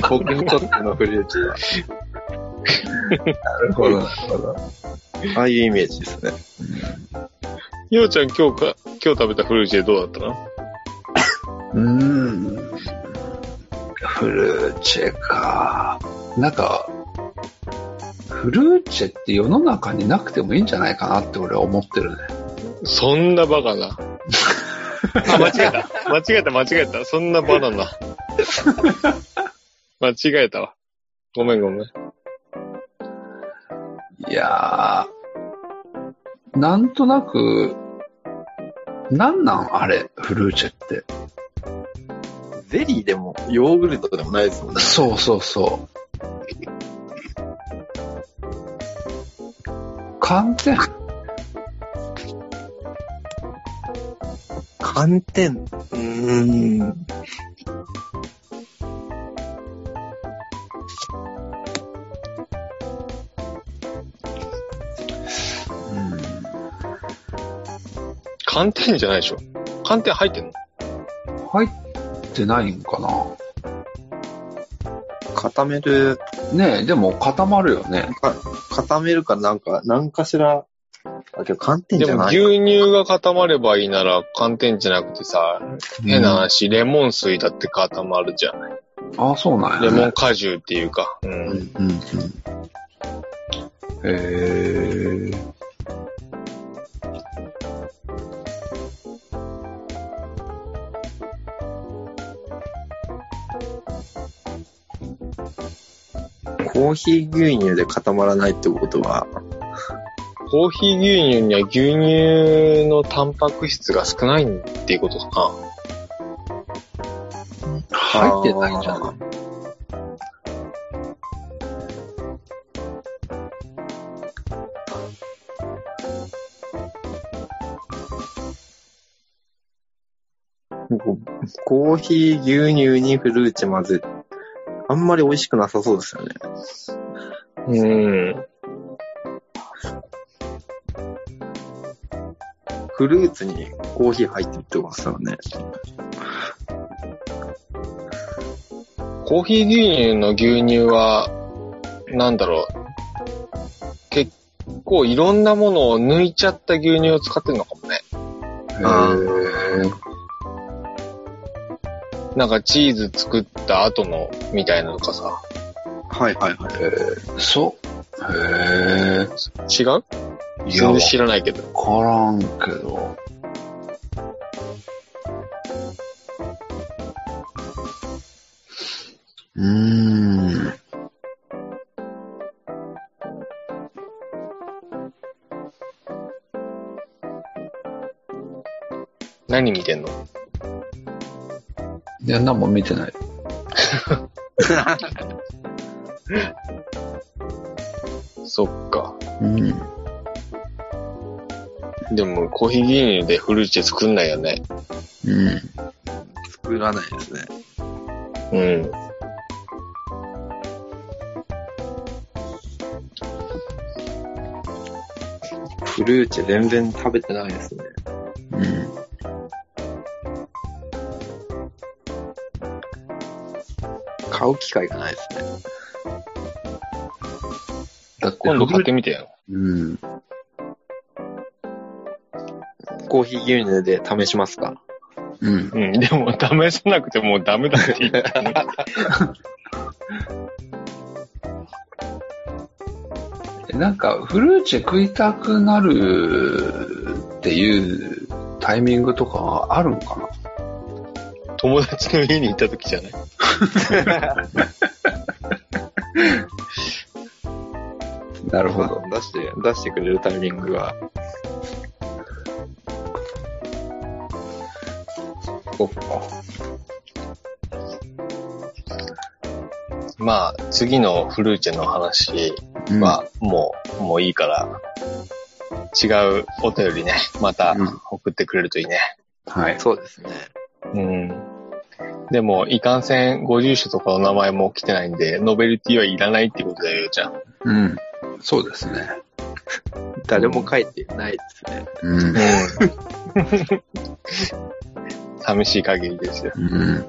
S4: ジ。僕にとってのフルーツは、
S2: なるほど、なるほど。
S4: ああいうイメージですね。
S3: ようちゃん今日か、今日食べたフルーチェどうだったの
S2: うーん。フルーチェか。なんか、フルーチェって世の中になくてもいいんじゃないかなって俺は思ってるね。
S3: そんなバカな。 あ、間違えた。 間違えた、間違えた。そんなバナ ナ。間違えたわ。ごめんごめん。
S2: いやー、なんとなく、なんなんあれ、フルーチェって。
S4: ゼリーでも、ヨーグルトでもないですもんね。
S2: そうそうそう。寒天、
S4: 寒天。うーん。
S3: 寒天じゃないでしょ。寒天入ってんの
S2: 入ってないんかな。
S4: 固める、
S2: ねえ、でも固まるよね。
S4: 固めるかなんか、なんかしら、あ、けど寒天
S3: で
S4: じゃ
S3: も
S4: ない。
S3: 牛乳が固まればいいなら寒天じゃなくてさ、変な話、レモン水だって固まるじゃん。
S2: あ、そうなん
S3: レ
S2: や、
S3: モン
S2: ね。
S3: 果汁っていうか。うん。
S2: うんうん。えー、
S4: コーヒー牛乳で固まらないってことは、
S3: コーヒー牛乳には牛乳のタンパク質が少ないっていうことかな。
S2: 入ってないんじゃない
S4: いコーヒー牛乳にフルーチェ混ぜ、あんまり美味しくなさそうですよね。
S3: うん。
S4: フルーツにコーヒー入ってるってことですよね。
S3: コーヒー牛乳の牛乳は、なんだろう。結構いろんなものを抜いちゃった牛乳を使ってるのかもね。
S4: あ
S2: えー、
S3: なんかチーズ作った後のみたいなのかさ。
S4: はいはいはい。
S2: そう。へえ。
S3: 違う
S2: いや、
S3: 全然
S2: わ
S3: 知らないけど。
S2: からんけど。うーん。
S3: 何見てんの
S2: いや、何も見てない。
S3: そっか。
S2: うん。
S3: でも、コーヒー牛乳でフルーチェ作んないよね。
S2: うん。
S4: 作らないですね。
S3: うん。
S4: フルーチェ全然食べてないですね。
S2: うん。
S4: 買う機会がないですね。
S2: だって、
S3: 今度買ってみてよ。
S2: うん。
S4: コーヒー牛乳で試しますか
S2: うん。
S3: うん。でも、試さなくてもうダメだって言ってもう
S2: なんか、フルーチェ食いたくなるっていうタイミングとかあるのかな
S3: 友達の家に行った時じゃない
S2: なる
S4: 出。して、出してくれるタイミングが。
S2: そっか。
S3: まあ、次のフルーチェの話
S2: うん
S3: は、もう、もういいから、違うお便りね、また
S2: うん
S3: 送ってくれるといいね。
S2: はい。
S4: そうですね。
S3: うん。でも、いかんせん、ご住所とかお名前も来てないんで、ノベルティはいらないってことだよ、ゆうちゃん。
S2: うん。そうですね。
S4: 誰も書いてないですね。
S2: うん。
S3: うん。寂しい限りですよ。
S2: うん。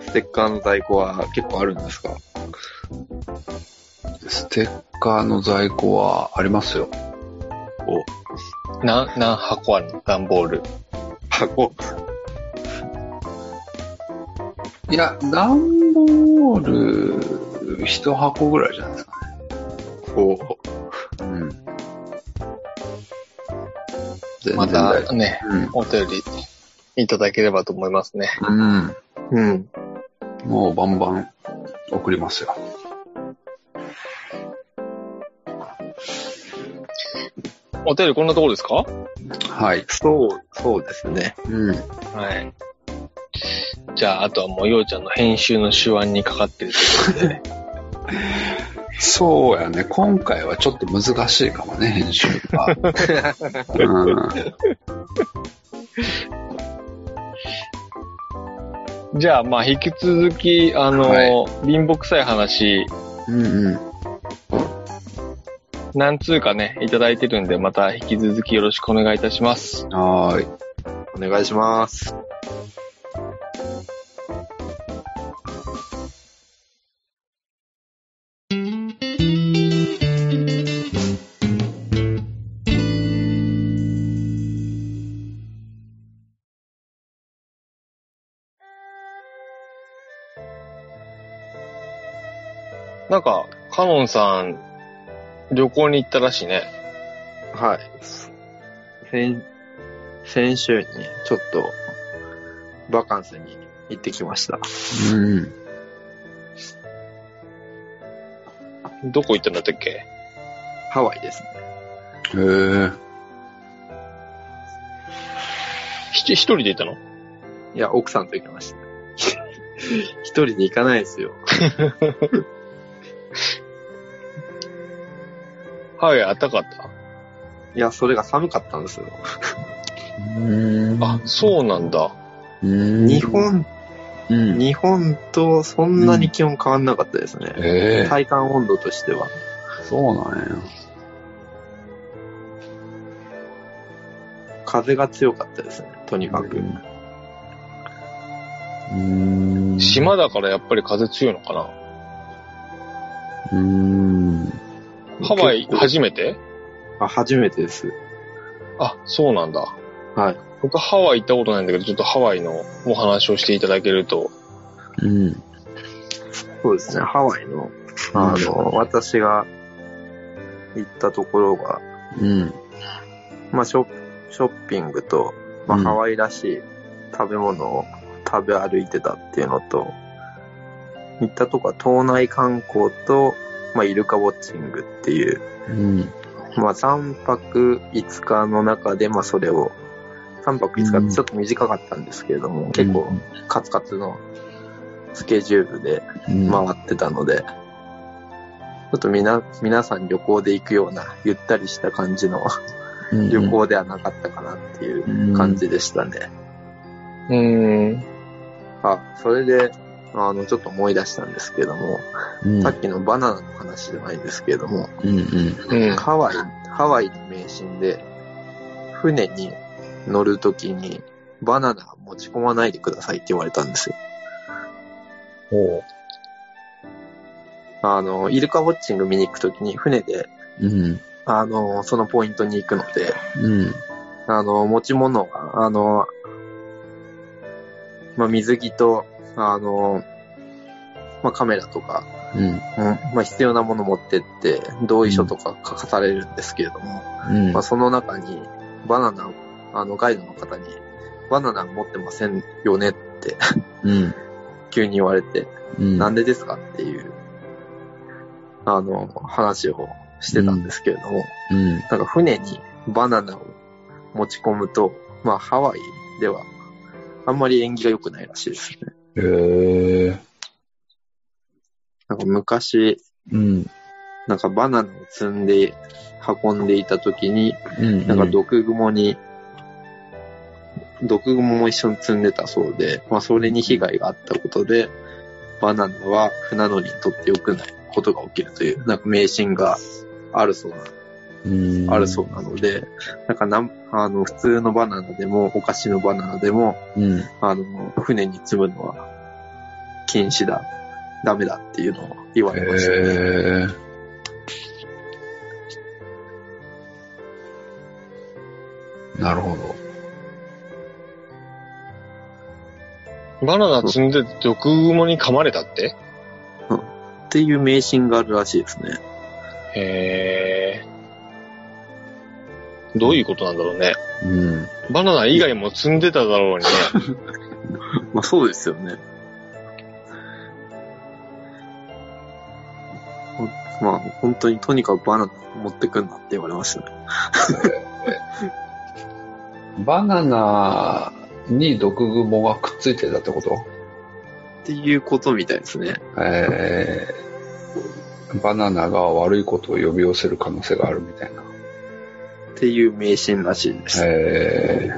S4: ステッカーの在庫は結構あるんですか
S2: ステッカーの在庫はありますよ。
S3: な、何箱あるの段ボール。
S4: 箱。
S2: いや、段ボール、一箱ぐらいじゃないですか
S4: こ
S2: ね。うん。全然
S3: ま
S2: 大丈
S3: たね、
S2: 夫。
S3: お便りいただければと思いますね。
S2: うん。うん。
S4: う。うん。
S2: もうバンバン送りますよ。
S3: お便りこんなところですか
S2: はい。
S4: そう、そうですね。
S2: うん。
S3: はい。じゃあ、あとはもう、ようちゃんの編集の手腕にかかってるということで。
S2: そうやね。今回はちょっと難しいかもね、編集が。 うん
S3: じゃあ、まあ、引き続き、あの、
S2: は
S3: 貧乏臭い話、
S2: うんうん。
S3: 何通かね、いただいてるんで、また引き続きよろしくお願いいたします。
S2: はーい。
S4: お願いします。
S3: なんか、カノンさん、旅行に行ったらしいね。
S4: はい。先、先週にちょっとバカンスに行ってきました。
S2: うん。
S3: どこ行ったんだったっけ
S4: ハワイですね。
S2: へえ。
S3: ひ一人で行ったの
S4: いや、奥さんと行きました。一人で行かないですよ。
S3: ハワイ暖かかった
S4: いや、それが寒かったんですよ。
S2: うん
S3: あ、そうなんだ。
S2: うん
S4: 日本、
S2: うん。
S4: 日本とそんなに気温変わんなかったですね。
S2: ええ
S4: 体感温度としては。
S2: そうなん
S4: 風が強かったですね。とに
S2: や。
S4: かく。
S2: うん。
S3: 島だからやっぱり風強いのかな
S2: うん。
S3: ハワイ
S4: 結構
S3: 初めて
S4: あ、初めてです。
S3: あ、そうなんだ。
S4: はい。
S3: 僕ハワイ行ったことないんだけど、ちょっとハワイのお話をしていただけると、
S2: うん。
S4: そうですね、ハワイの、あの、私が行ったところが、
S2: うん。
S4: まあ、ショッショッピングと、まあ、
S2: うん
S4: ハワイらしい食べ物を食べ歩いてたっていうのと、行ったとこは島内観光と、まあ、イルカウォッチングっていう、
S2: うん。
S4: まあ、3泊5日の中で、まあ、それを、3泊5日ってちょっと短かったんですけれども、結構カツカツのスケジュールで、
S2: うん、
S4: 回ってたので、ちょっとみな、皆さん旅行で行くような、ゆったりした感じの
S2: うん
S4: 旅行ではなかったかなっていう感じでしたね。
S3: うん。
S4: あ、それで、あの、ちょっと思い出したんですけども、
S2: うん。
S4: さっきのバナナの話じゃないですけども、
S2: うんうん。
S3: うん。
S4: ハワイ、ハワイの名神で、船に乗るときに、バナナ持ち込まないでくださいって言われたんですよ。
S3: お
S4: あの、イルカウォッチング見に行くときに船で、
S2: うん。
S4: あの、そのポイントに行くので、
S2: うん。
S4: あの、持ち物が、あの、まあ、水着と、あの、まあ、カメラとか、
S2: うん。
S4: まあ、必要なもの持ってって、同意書とか書かされるんですけれども、
S2: うん。
S4: まあ、その中に、バナナを、あの、ガイドの方に、バナナ持ってませんよねって、
S2: うん。
S4: 急に言われて、
S2: うん。
S4: なんでですかっていう、あの、話をしてたんですけれども、
S2: うん。
S4: なんか船にバナナを持ち込むと、まあハワイではあんまり縁起が良くないらしいですね。
S2: へえ。
S4: なんか昔、
S2: うん。
S4: なんかバナナを積んで運んでいた時に、
S2: うん。
S4: なんか毒蜘蛛に、毒蜘蛛も一緒に積んでたそうで、まあそれに被害があったことで、バナナは船乗りにとって良くないことが起きるという、なんか迷信があるそうなんです
S2: うん、
S4: あるそうなので、なんかなん、あの、普通のバナナでも、お菓子のバナナでも、
S2: うん。
S4: あの、船に積むのは禁止だ、ダメだっていうのを言わ
S2: へ
S4: れました
S2: え。
S4: ね。
S2: なるほど。
S3: バナナ積んで毒蜘蛛に噛まれたって
S4: っていう迷信があるらしいですね。
S3: へえ。どういうことなんだろうね。
S2: うん。
S3: バナナ以外も積んでただろうにね。
S4: まあそうですよね。ほまあ本当にとにかくバナナ持ってくんなって言われましたね。
S2: バナナに毒蜘蛛がくっついてたってこと
S4: っていうことみたいですね。
S2: えー、バナナが悪いことを呼び寄せる可能性があるみたいな。
S4: っていう迷信らしいです。
S2: え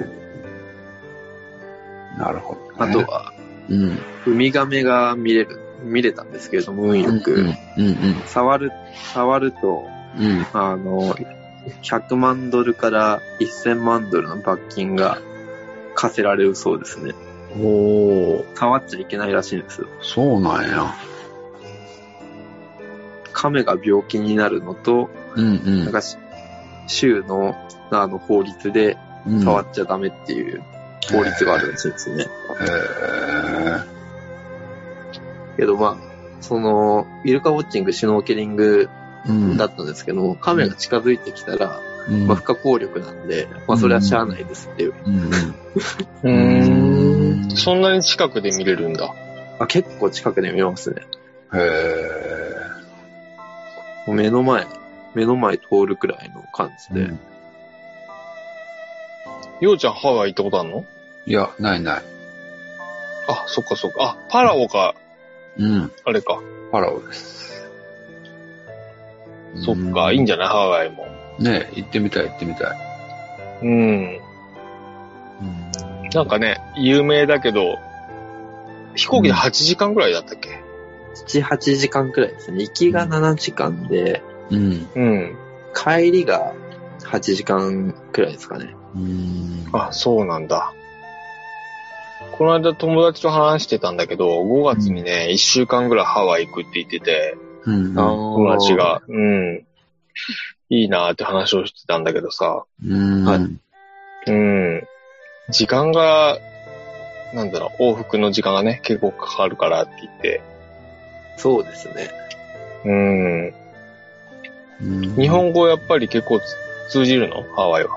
S2: ー、なるほど、
S4: あ
S2: ね。
S4: と、は、
S2: うん。
S4: ウミガメが見れる、見れたんですけれども、運よく。
S2: うん、うん、
S4: 触る、触ると、
S2: うん。
S4: あの、100万ドルから1000万ドルの罰金が課せられるそうですね。
S2: うん。おー、
S4: 触っちゃいけないらしいんですよ。
S2: そうなんや。
S4: 亀が病気になるのと、
S2: うん、
S4: なんかし、州の、あの、法律で
S2: うん。
S4: 触
S2: て。
S4: っちゃダメっていう法律があるらしいですね。
S2: え
S4: けどまあ、その、イルカウォッチング、シュノーケリング
S2: ー、うん。
S4: だったんですけども、亀が近づいてきたら、
S2: うん、
S4: まあ、不可抗力なんで、まあ、それはしゃあないですっていう
S2: うん、
S3: う
S2: うん。
S3: ん。そんなに近くで見れるんだ。
S4: あ、結構近くで見ますね。
S2: へえ
S4: もう目の前、目の前通るくらいの感じで。
S2: ー。
S3: ようちゃんハワイ行ったことあるの
S2: いや、ないない。
S3: あ、そっかそっか。あ、パラオか、
S2: うん。
S3: あれか。
S2: パラオです。
S3: そっか、いいんじゃないハワイも。
S2: ゃねえ、行ってみたい、行ってみたい。
S3: うん。
S2: うん
S3: なんかね、有名だけど、飛行機で8時間ぐらいだったっけ
S4: 7、8時間くらいですね。行きが7時間で、
S2: うん。
S3: うん。
S4: 帰りが8時間くらいですかね。
S2: うん。
S3: あ、そうなんだ。この間友達と話してたんだけど、5月にね、1週間ぐらいハワイ行くって言ってて、
S2: うん。
S3: 友達
S4: 違
S3: が、うん。いいなーって話をしてたんだけどさ、
S2: うん。
S4: はい
S2: うん。
S3: うん。時間がなんだろう、往復の時間がね、結構かかるからって言って。
S4: そうですね。
S3: うん。
S2: うん
S3: 日本語やっぱり結構つ通じるのハワイは。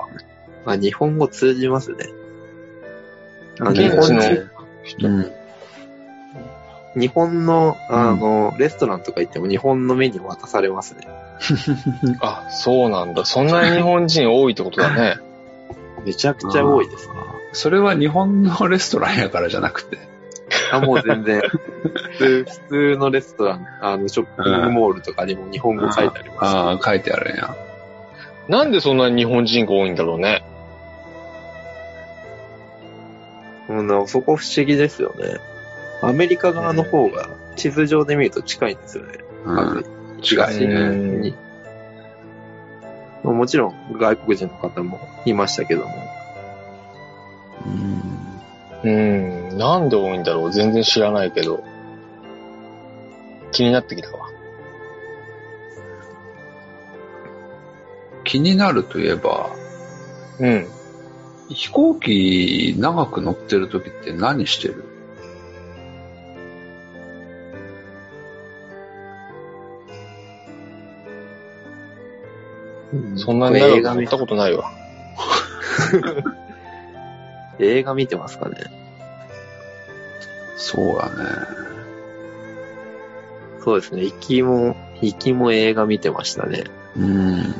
S4: まあ日本語通じますね。あ
S2: 現
S4: 日
S2: 地
S4: 本
S2: の
S4: 人
S2: うん
S4: 日本の、あの、レストランとか行っても日本のメニュー渡されますね。
S3: あ、そうなんだ。そんなに日本人多いってことだ ね。
S4: めちゃくちゃ多い ですね。
S2: それは日本のレストランやからじゃなくて。
S4: あもう全然。普通、普通のレストラン、あの、ショッピングモールとかにも日本語書いてあります。
S2: ああ、書いてあるんや。
S3: なんでそんなに日本人が多いんだろうね。
S4: うんなそこ不思議ですよね。アメリカ側の方が地図上で見ると近いんですよね。
S2: うん。
S4: 東
S2: 近い
S4: に。まあもちろん外国人の方もいましたけども。
S2: うん
S3: うん。なんで多いんだろう全然知らないけど。気になってきたわ。
S2: 気になるといえば、
S3: うん。
S2: 飛行機長く乗ってる時って何してる
S3: そんなに
S4: こ
S3: 長
S4: れ映
S3: く
S4: 画
S3: 乗っ
S4: 見
S3: たことないわ。
S4: 映画見てますかね
S2: そうだね。
S4: そうですね。行きも、行きも映画見てましたね。
S2: うん。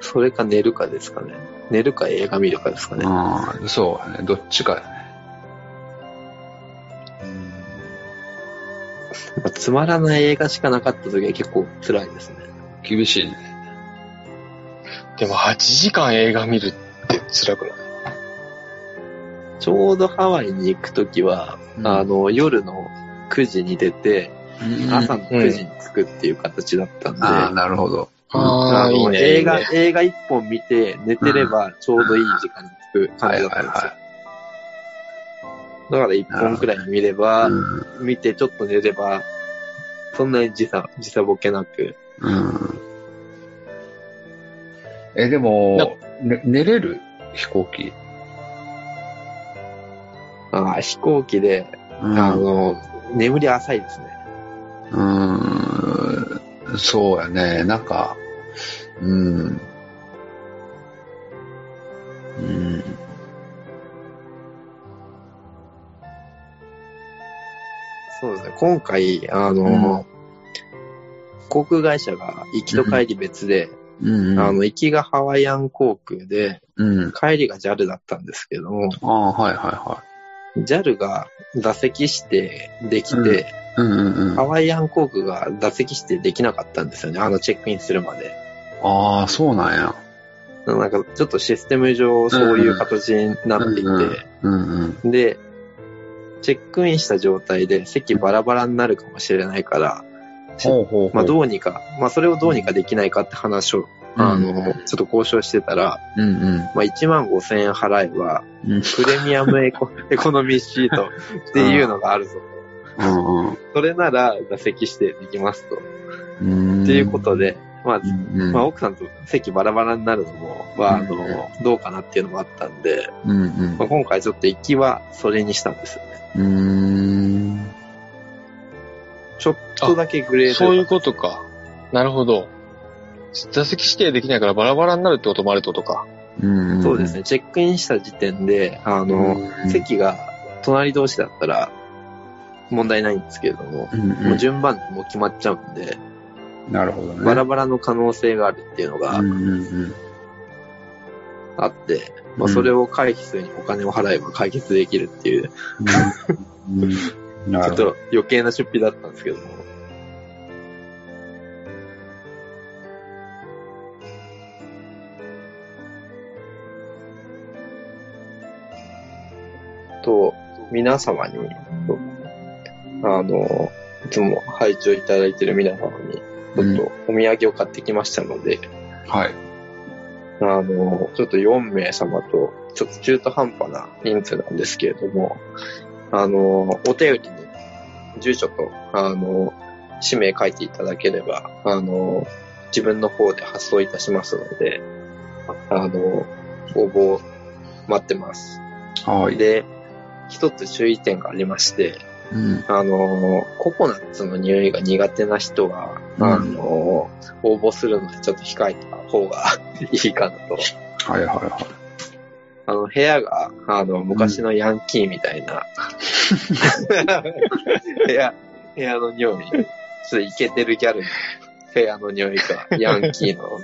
S4: それか寝るかですかね。寝るか映画見るかですかね。
S2: うん、そうだね。どっちかだね。
S4: まあつまらない映画しかなかった時は結構辛いですね。
S2: 厳しいね。
S3: でも8時間映画見るって辛くない
S4: ちょうどハワイに行くときは、あの、夜の9時に出て、
S2: うん、
S4: 朝の9時に着くっていう形だったんで、
S2: ああ、なるほど。
S3: あ
S4: あ
S3: あ、
S4: の
S3: いいね。
S4: 映画
S3: いいね、
S4: 映画一本見て寝てればちょうどいい時間に着く感
S2: はい
S4: じだ
S2: は
S4: っ
S2: い
S4: たんですよ
S2: は。
S4: だから一本くらい見れ
S2: い。
S4: ば、
S2: うん
S4: 見てちょっと寝れば、そんなに時差、時差ボケなく。
S2: うん。え、でも、ね、寝れる飛行機。
S4: ああ、飛行機で、
S2: う
S4: あの、眠り浅いですね。
S2: ん。うん。そうやね。なんか、うん。うん。
S4: そうですね。今回、あの、
S2: うん
S4: 航空会社が行きと帰り別で、
S2: うん。
S4: あの、行きがハワイアン航空で、
S2: うん。
S4: 帰りが JAL だったんですけども、
S2: ああ、はいはいは
S4: JAL が座席指定できて、
S2: い。うんうんうん。
S4: ハ
S2: あ
S4: ワイアン航空が座席指定できなかったんですよね。あの、チェックインするまで。
S2: あー、そうなんや。
S4: なんか、ちょっとシステム上、そういう形になっていて、
S2: うんうんうん。
S4: で、チェックインした状態で席バラバラになるかもしれないから、
S2: ほうほうほう。
S4: まあどうにか、まあそれをどうにかできないかって話を、
S2: うん
S4: あの、ちょっと交渉してたら、
S2: うんうん。
S4: まあ1万5千円払えば、
S2: うん
S4: プレミアム エコエコノミーシートっていうのがあるぞ。
S2: うん
S4: それなら座席指定できますと。
S2: うん。
S4: っていうことで、まあ、
S2: うん、
S4: まあ奥さんと席バラバラになるのも、まああの
S2: う、
S4: どうかなっていうのもあったんで、
S2: うんうん
S4: まあ、今回ちょっと行きはそれにしたんですよね。
S2: うーん。
S4: ちょっとだけグレード。
S3: そういうことか。なるほど。座席指定できないからバラバラになるってこともあるってことか。
S2: うんん
S4: そうです。ね、チェックインした時点で、あ
S2: う
S4: の、
S2: ん、
S4: 席が隣同士だったら問題ないんですけれども、
S2: うん
S4: も
S2: う
S4: う順番もう決まっちゃうんで、
S2: ん、なるほどね。
S4: バラバラの可能性があるっていうのが
S2: うんうん
S4: あって、まあ、
S2: うん
S4: それを回避するにお金を払えば解決できるっていう、
S2: うん。うんなる
S4: ちょっ
S2: ほど。
S4: と余計な出費だったんですけども。と、皆様に、あの、いつも配置をいただいている皆様に、ちょっとお土産を買ってきましたので、
S2: はい。
S4: あの、ちょっと4名様と、ちょっと中途半端な人数なんですけれども、あの、お便りに住所と、あの、氏名書いていただければ、あの、自分の方で発送いたしますので、あの、応募待ってます。
S2: はい。
S4: で、一つ注意点がありまして、
S2: うん。
S4: あのー、ココナッツの匂いが苦手な人は、
S2: うん
S4: あのー、応募するのでちょっと控えた方がいいかなと。
S2: はいはいは
S4: あの、部屋が、あの、昔のヤンキーみたいな、部屋、部屋の匂い。ちょっとイケてるギャルの部屋の匂いか、ヤンキーの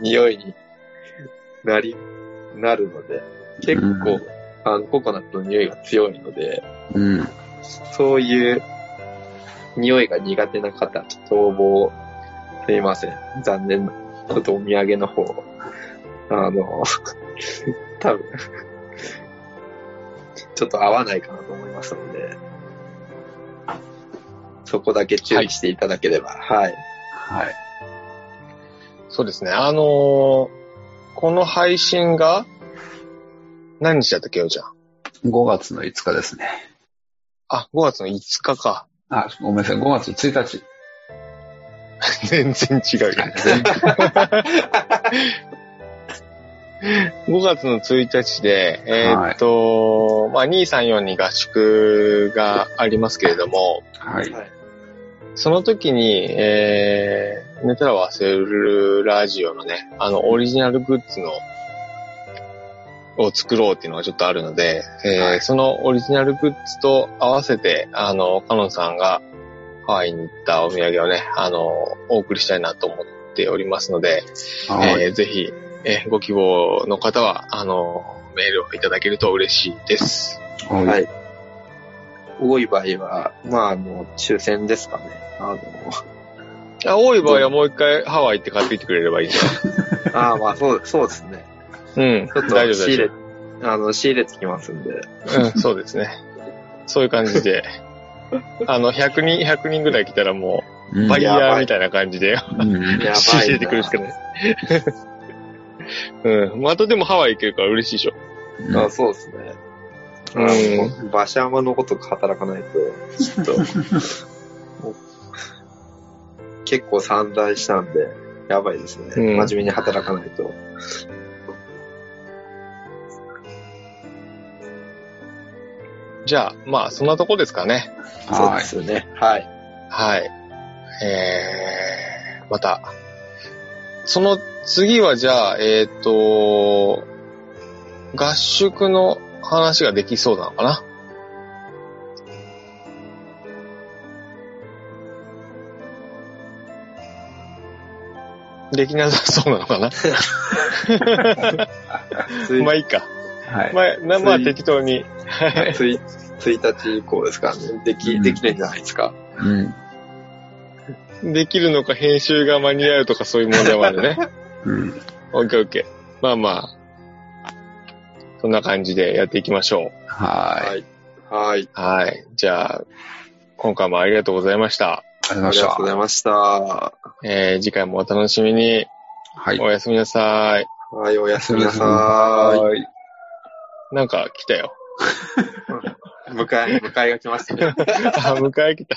S4: 匂いになり、なるので、結
S2: う
S4: 構、あの、ココナッツの匂いが強いので、
S2: い。うん。
S4: そういう匂いが苦手な方、ちょっと応募、すいません。残念な。ちょっとお土産の方、あの、 多分ちょっと合わないかなと思いますので、そこだけ注意していただければ。はい。
S2: はい。
S3: そうですね。あのーこの配信が、何日だったっけよ、じゃん。
S2: 5月の5日ですね。
S3: あ、5月の5日か。
S2: あ、ごめんなさい。5月1日。
S3: 全然違うよ。5月の1日で、えーっと、まあ、234に合宿がありますけれども、
S2: はい。
S3: その時に、えー、寝たら忘れるラジオのね、あの、オリジナルグッズの、を作ろうっていうのがちょっとあるので、えー
S2: はい
S3: そのオリジナルグッズと合わせて、あの、カノンさんがハワイに行ったお土産をね、あの、お送りしたいなと思っておりますので、
S2: はい。
S3: えーぜひ、えーご希望の方は、あの、メールをいただけると嬉しいです。
S2: は。
S4: はいい。多い場合は、まあ、あの、抽選ですかね。あの、
S3: あ多い場合はもう一回ハワイ行って買ってきてくれればいいじ
S4: ああ、まあ、そう、そうですね。
S3: ゃん。うん、
S4: ちょっと
S3: 大丈夫
S4: 仕
S3: 大丈
S4: 入れ、あの、仕入れてきますんで。
S3: 夫。うん、そうですね。そういう感じで。あの、100人、100人ぐらい来たらもう、バイ
S2: イ
S3: ヤ
S4: やば
S3: ー
S4: い
S3: みたいな感じで、
S2: うん。
S4: やばいな。
S3: 仕入れてくるしかない。うん。またでもハワイ行けるから嬉しいでしょ。
S4: あそうですね。
S3: う
S4: うん。馬車馬のこと働かないと、ちょっと、もう結構散乱したんで、やばいですね。
S3: うん
S4: 真面目に働かないと。
S3: じゃあ、まあ、そんなとこですかね。
S4: そう
S2: は
S4: で
S2: い。
S4: すよね。はい。
S3: はい。えー、また。その次はじゃあ、えっ、と、合宿の話ができそうなのかなできなさそうなのか な
S4: つい
S3: まあいいか。
S2: はい。
S3: まあ、なまあ適当に。
S4: つい1日以降ですからね。で
S2: う
S4: き、
S2: ん
S4: できるんじゃないですか。
S2: うん。
S3: できるのか編集が間に合うとかそういう問題もあるね。
S2: うん。
S3: オッケーオッケー。まあまあ、そんな感じでやっていきましょう。
S2: はい。
S4: はい。はい。
S3: はい。じゃあ、今回もありがとうございました。
S2: あり
S4: あ
S2: が
S4: り
S2: とう
S4: がとう
S2: ご
S4: ご
S2: ざ
S4: ざ
S2: いま
S4: いました。は
S3: えー、次回もお楽しみに。
S2: した。はい。
S3: おやすみなさい。
S4: い、おやすみなさ
S2: はい。
S3: なんか来たよ。
S4: い。迎え、迎えが来ましたね。
S3: あ、迎え来た。